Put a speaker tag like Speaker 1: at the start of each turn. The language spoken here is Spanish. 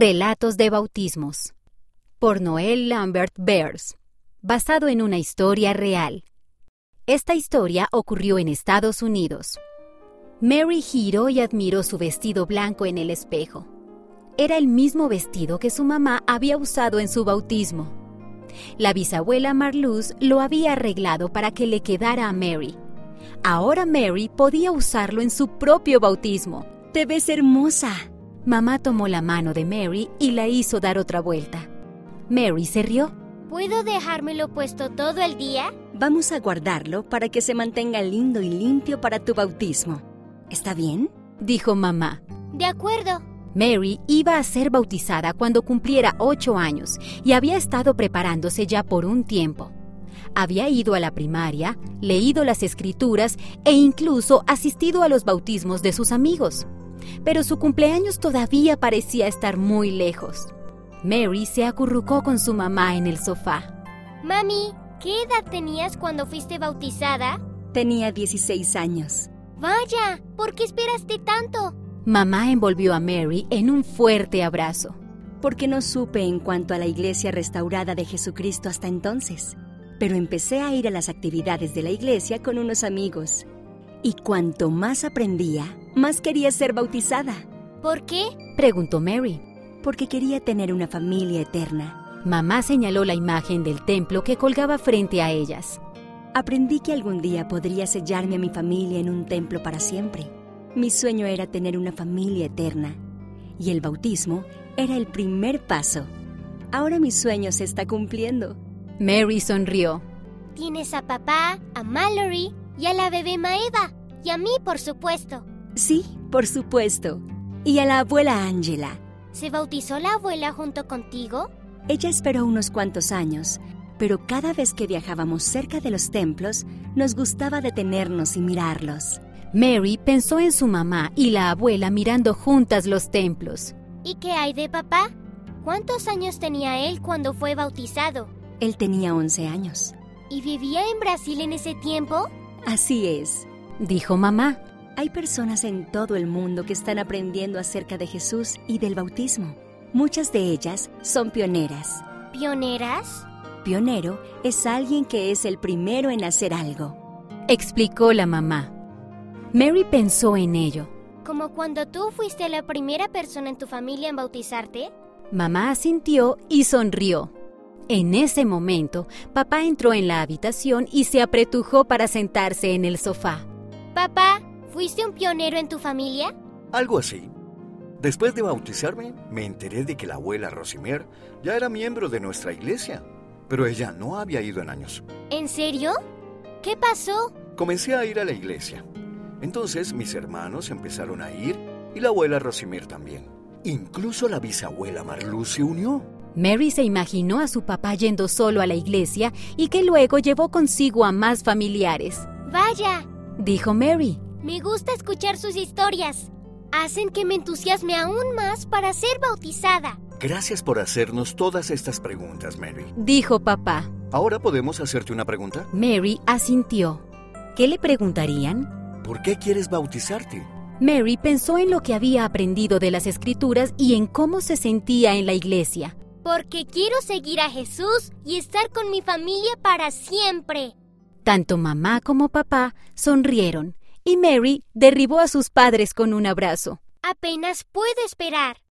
Speaker 1: Relatos de bautismos por Noel Lambert Bears, basado en una historia real. Esta historia ocurrió en Estados Unidos. Mary giró y admiró su vestido blanco en el espejo. Era el mismo vestido que su mamá había usado en su bautismo. La bisabuela Marluz lo había arreglado para que le quedara a Mary. Ahora Mary podía usarlo en su propio bautismo.
Speaker 2: Te ves hermosa.
Speaker 1: Mamá tomó la mano de Mary y la hizo dar otra vuelta. Mary se rió.
Speaker 3: ¿Puedo dejármelo puesto todo el día?
Speaker 2: Vamos a guardarlo para que se mantenga lindo y limpio para tu bautismo. ¿Está bien?
Speaker 1: dijo mamá.
Speaker 3: De acuerdo.
Speaker 1: Mary iba a ser bautizada cuando cumpliera ocho años y había estado preparándose ya por un tiempo. Había ido a la primaria, leído las escrituras e incluso asistido a los bautismos de sus amigos. Pero su cumpleaños todavía parecía estar muy lejos. Mary se acurrucó con su mamá en el sofá.
Speaker 3: Mami, ¿qué edad tenías cuando fuiste bautizada?
Speaker 2: Tenía 16 años.
Speaker 3: Vaya, ¿por qué esperaste tanto?
Speaker 1: Mamá envolvió a Mary en un fuerte abrazo.
Speaker 2: Porque no supe en cuanto a la iglesia restaurada de Jesucristo hasta entonces. Pero empecé a ir a las actividades de la iglesia con unos amigos. Y cuanto más aprendía, más quería ser bautizada.
Speaker 3: ¿Por qué?
Speaker 1: Preguntó Mary.
Speaker 2: Porque quería tener una familia eterna.
Speaker 1: Mamá señaló la imagen del templo que colgaba frente a ellas.
Speaker 2: Aprendí que algún día podría sellarme a mi familia en un templo para siempre. Mi sueño era tener una familia eterna y el bautismo era el primer paso. Ahora mi sueño se está cumpliendo.
Speaker 1: Mary sonrió.
Speaker 3: Tienes a papá, a Mallory y a la bebé Maeva y a mí, por supuesto.
Speaker 2: Sí, por supuesto. Y a la abuela Angela.
Speaker 3: ¿Se bautizó la abuela junto contigo?
Speaker 2: Ella esperó unos cuantos años, pero cada vez que viajábamos cerca de los templos, nos gustaba detenernos y mirarlos.
Speaker 1: Mary pensó en su mamá y la abuela mirando juntas los templos.
Speaker 3: ¿Y qué hay de papá? ¿Cuántos años tenía él cuando fue bautizado?
Speaker 2: Él tenía 11 años.
Speaker 3: ¿Y vivía en Brasil en ese tiempo?
Speaker 2: Así es,
Speaker 1: dijo mamá.
Speaker 2: Hay personas en todo el mundo que están aprendiendo acerca de Jesús y del bautismo. Muchas de ellas son pioneras.
Speaker 3: ¿Pioneras?
Speaker 2: Pionero es alguien que es el primero en hacer algo,
Speaker 1: explicó la mamá. Mary pensó en ello.
Speaker 3: ¿Como cuando tú fuiste la primera persona en tu familia en bautizarte?
Speaker 1: Mamá asintió y sonrió. En ese momento, papá entró en la habitación y se apretujó para sentarse en el sofá.
Speaker 3: Papá, ¿fuiste un pionero en tu familia?
Speaker 4: Algo así. Después de bautizarme, me enteré de que la abuela Rosimier ya era miembro de nuestra iglesia, pero ella no había ido en años.
Speaker 3: ¿En serio? ¿Qué pasó?
Speaker 4: Comencé a ir a la iglesia. Entonces mis hermanos empezaron a ir y la abuela Rosimir también. Incluso la bisabuela Marluz se unió.
Speaker 1: Mary se imaginó a su papá yendo solo a la iglesia y que luego llevó consigo a más familiares.
Speaker 3: Vaya,
Speaker 1: dijo Mary.
Speaker 3: Me gusta escuchar sus historias. Hacen que me entusiasme aún más para ser bautizada.
Speaker 4: Gracias por hacernos todas estas preguntas, Mary.
Speaker 1: Dijo papá.
Speaker 4: ¿Ahora podemos hacerte una pregunta?
Speaker 1: Mary asintió. ¿Qué le preguntarían?
Speaker 4: ¿Por qué quieres bautizarte?
Speaker 1: Mary pensó en lo que había aprendido de las escrituras y en cómo se sentía en la iglesia.
Speaker 3: Porque quiero seguir a Jesús y estar con mi familia para siempre.
Speaker 1: Tanto mamá como papá sonrieron y Mary derribó a sus padres con un abrazo.
Speaker 3: Apenas puedo esperar.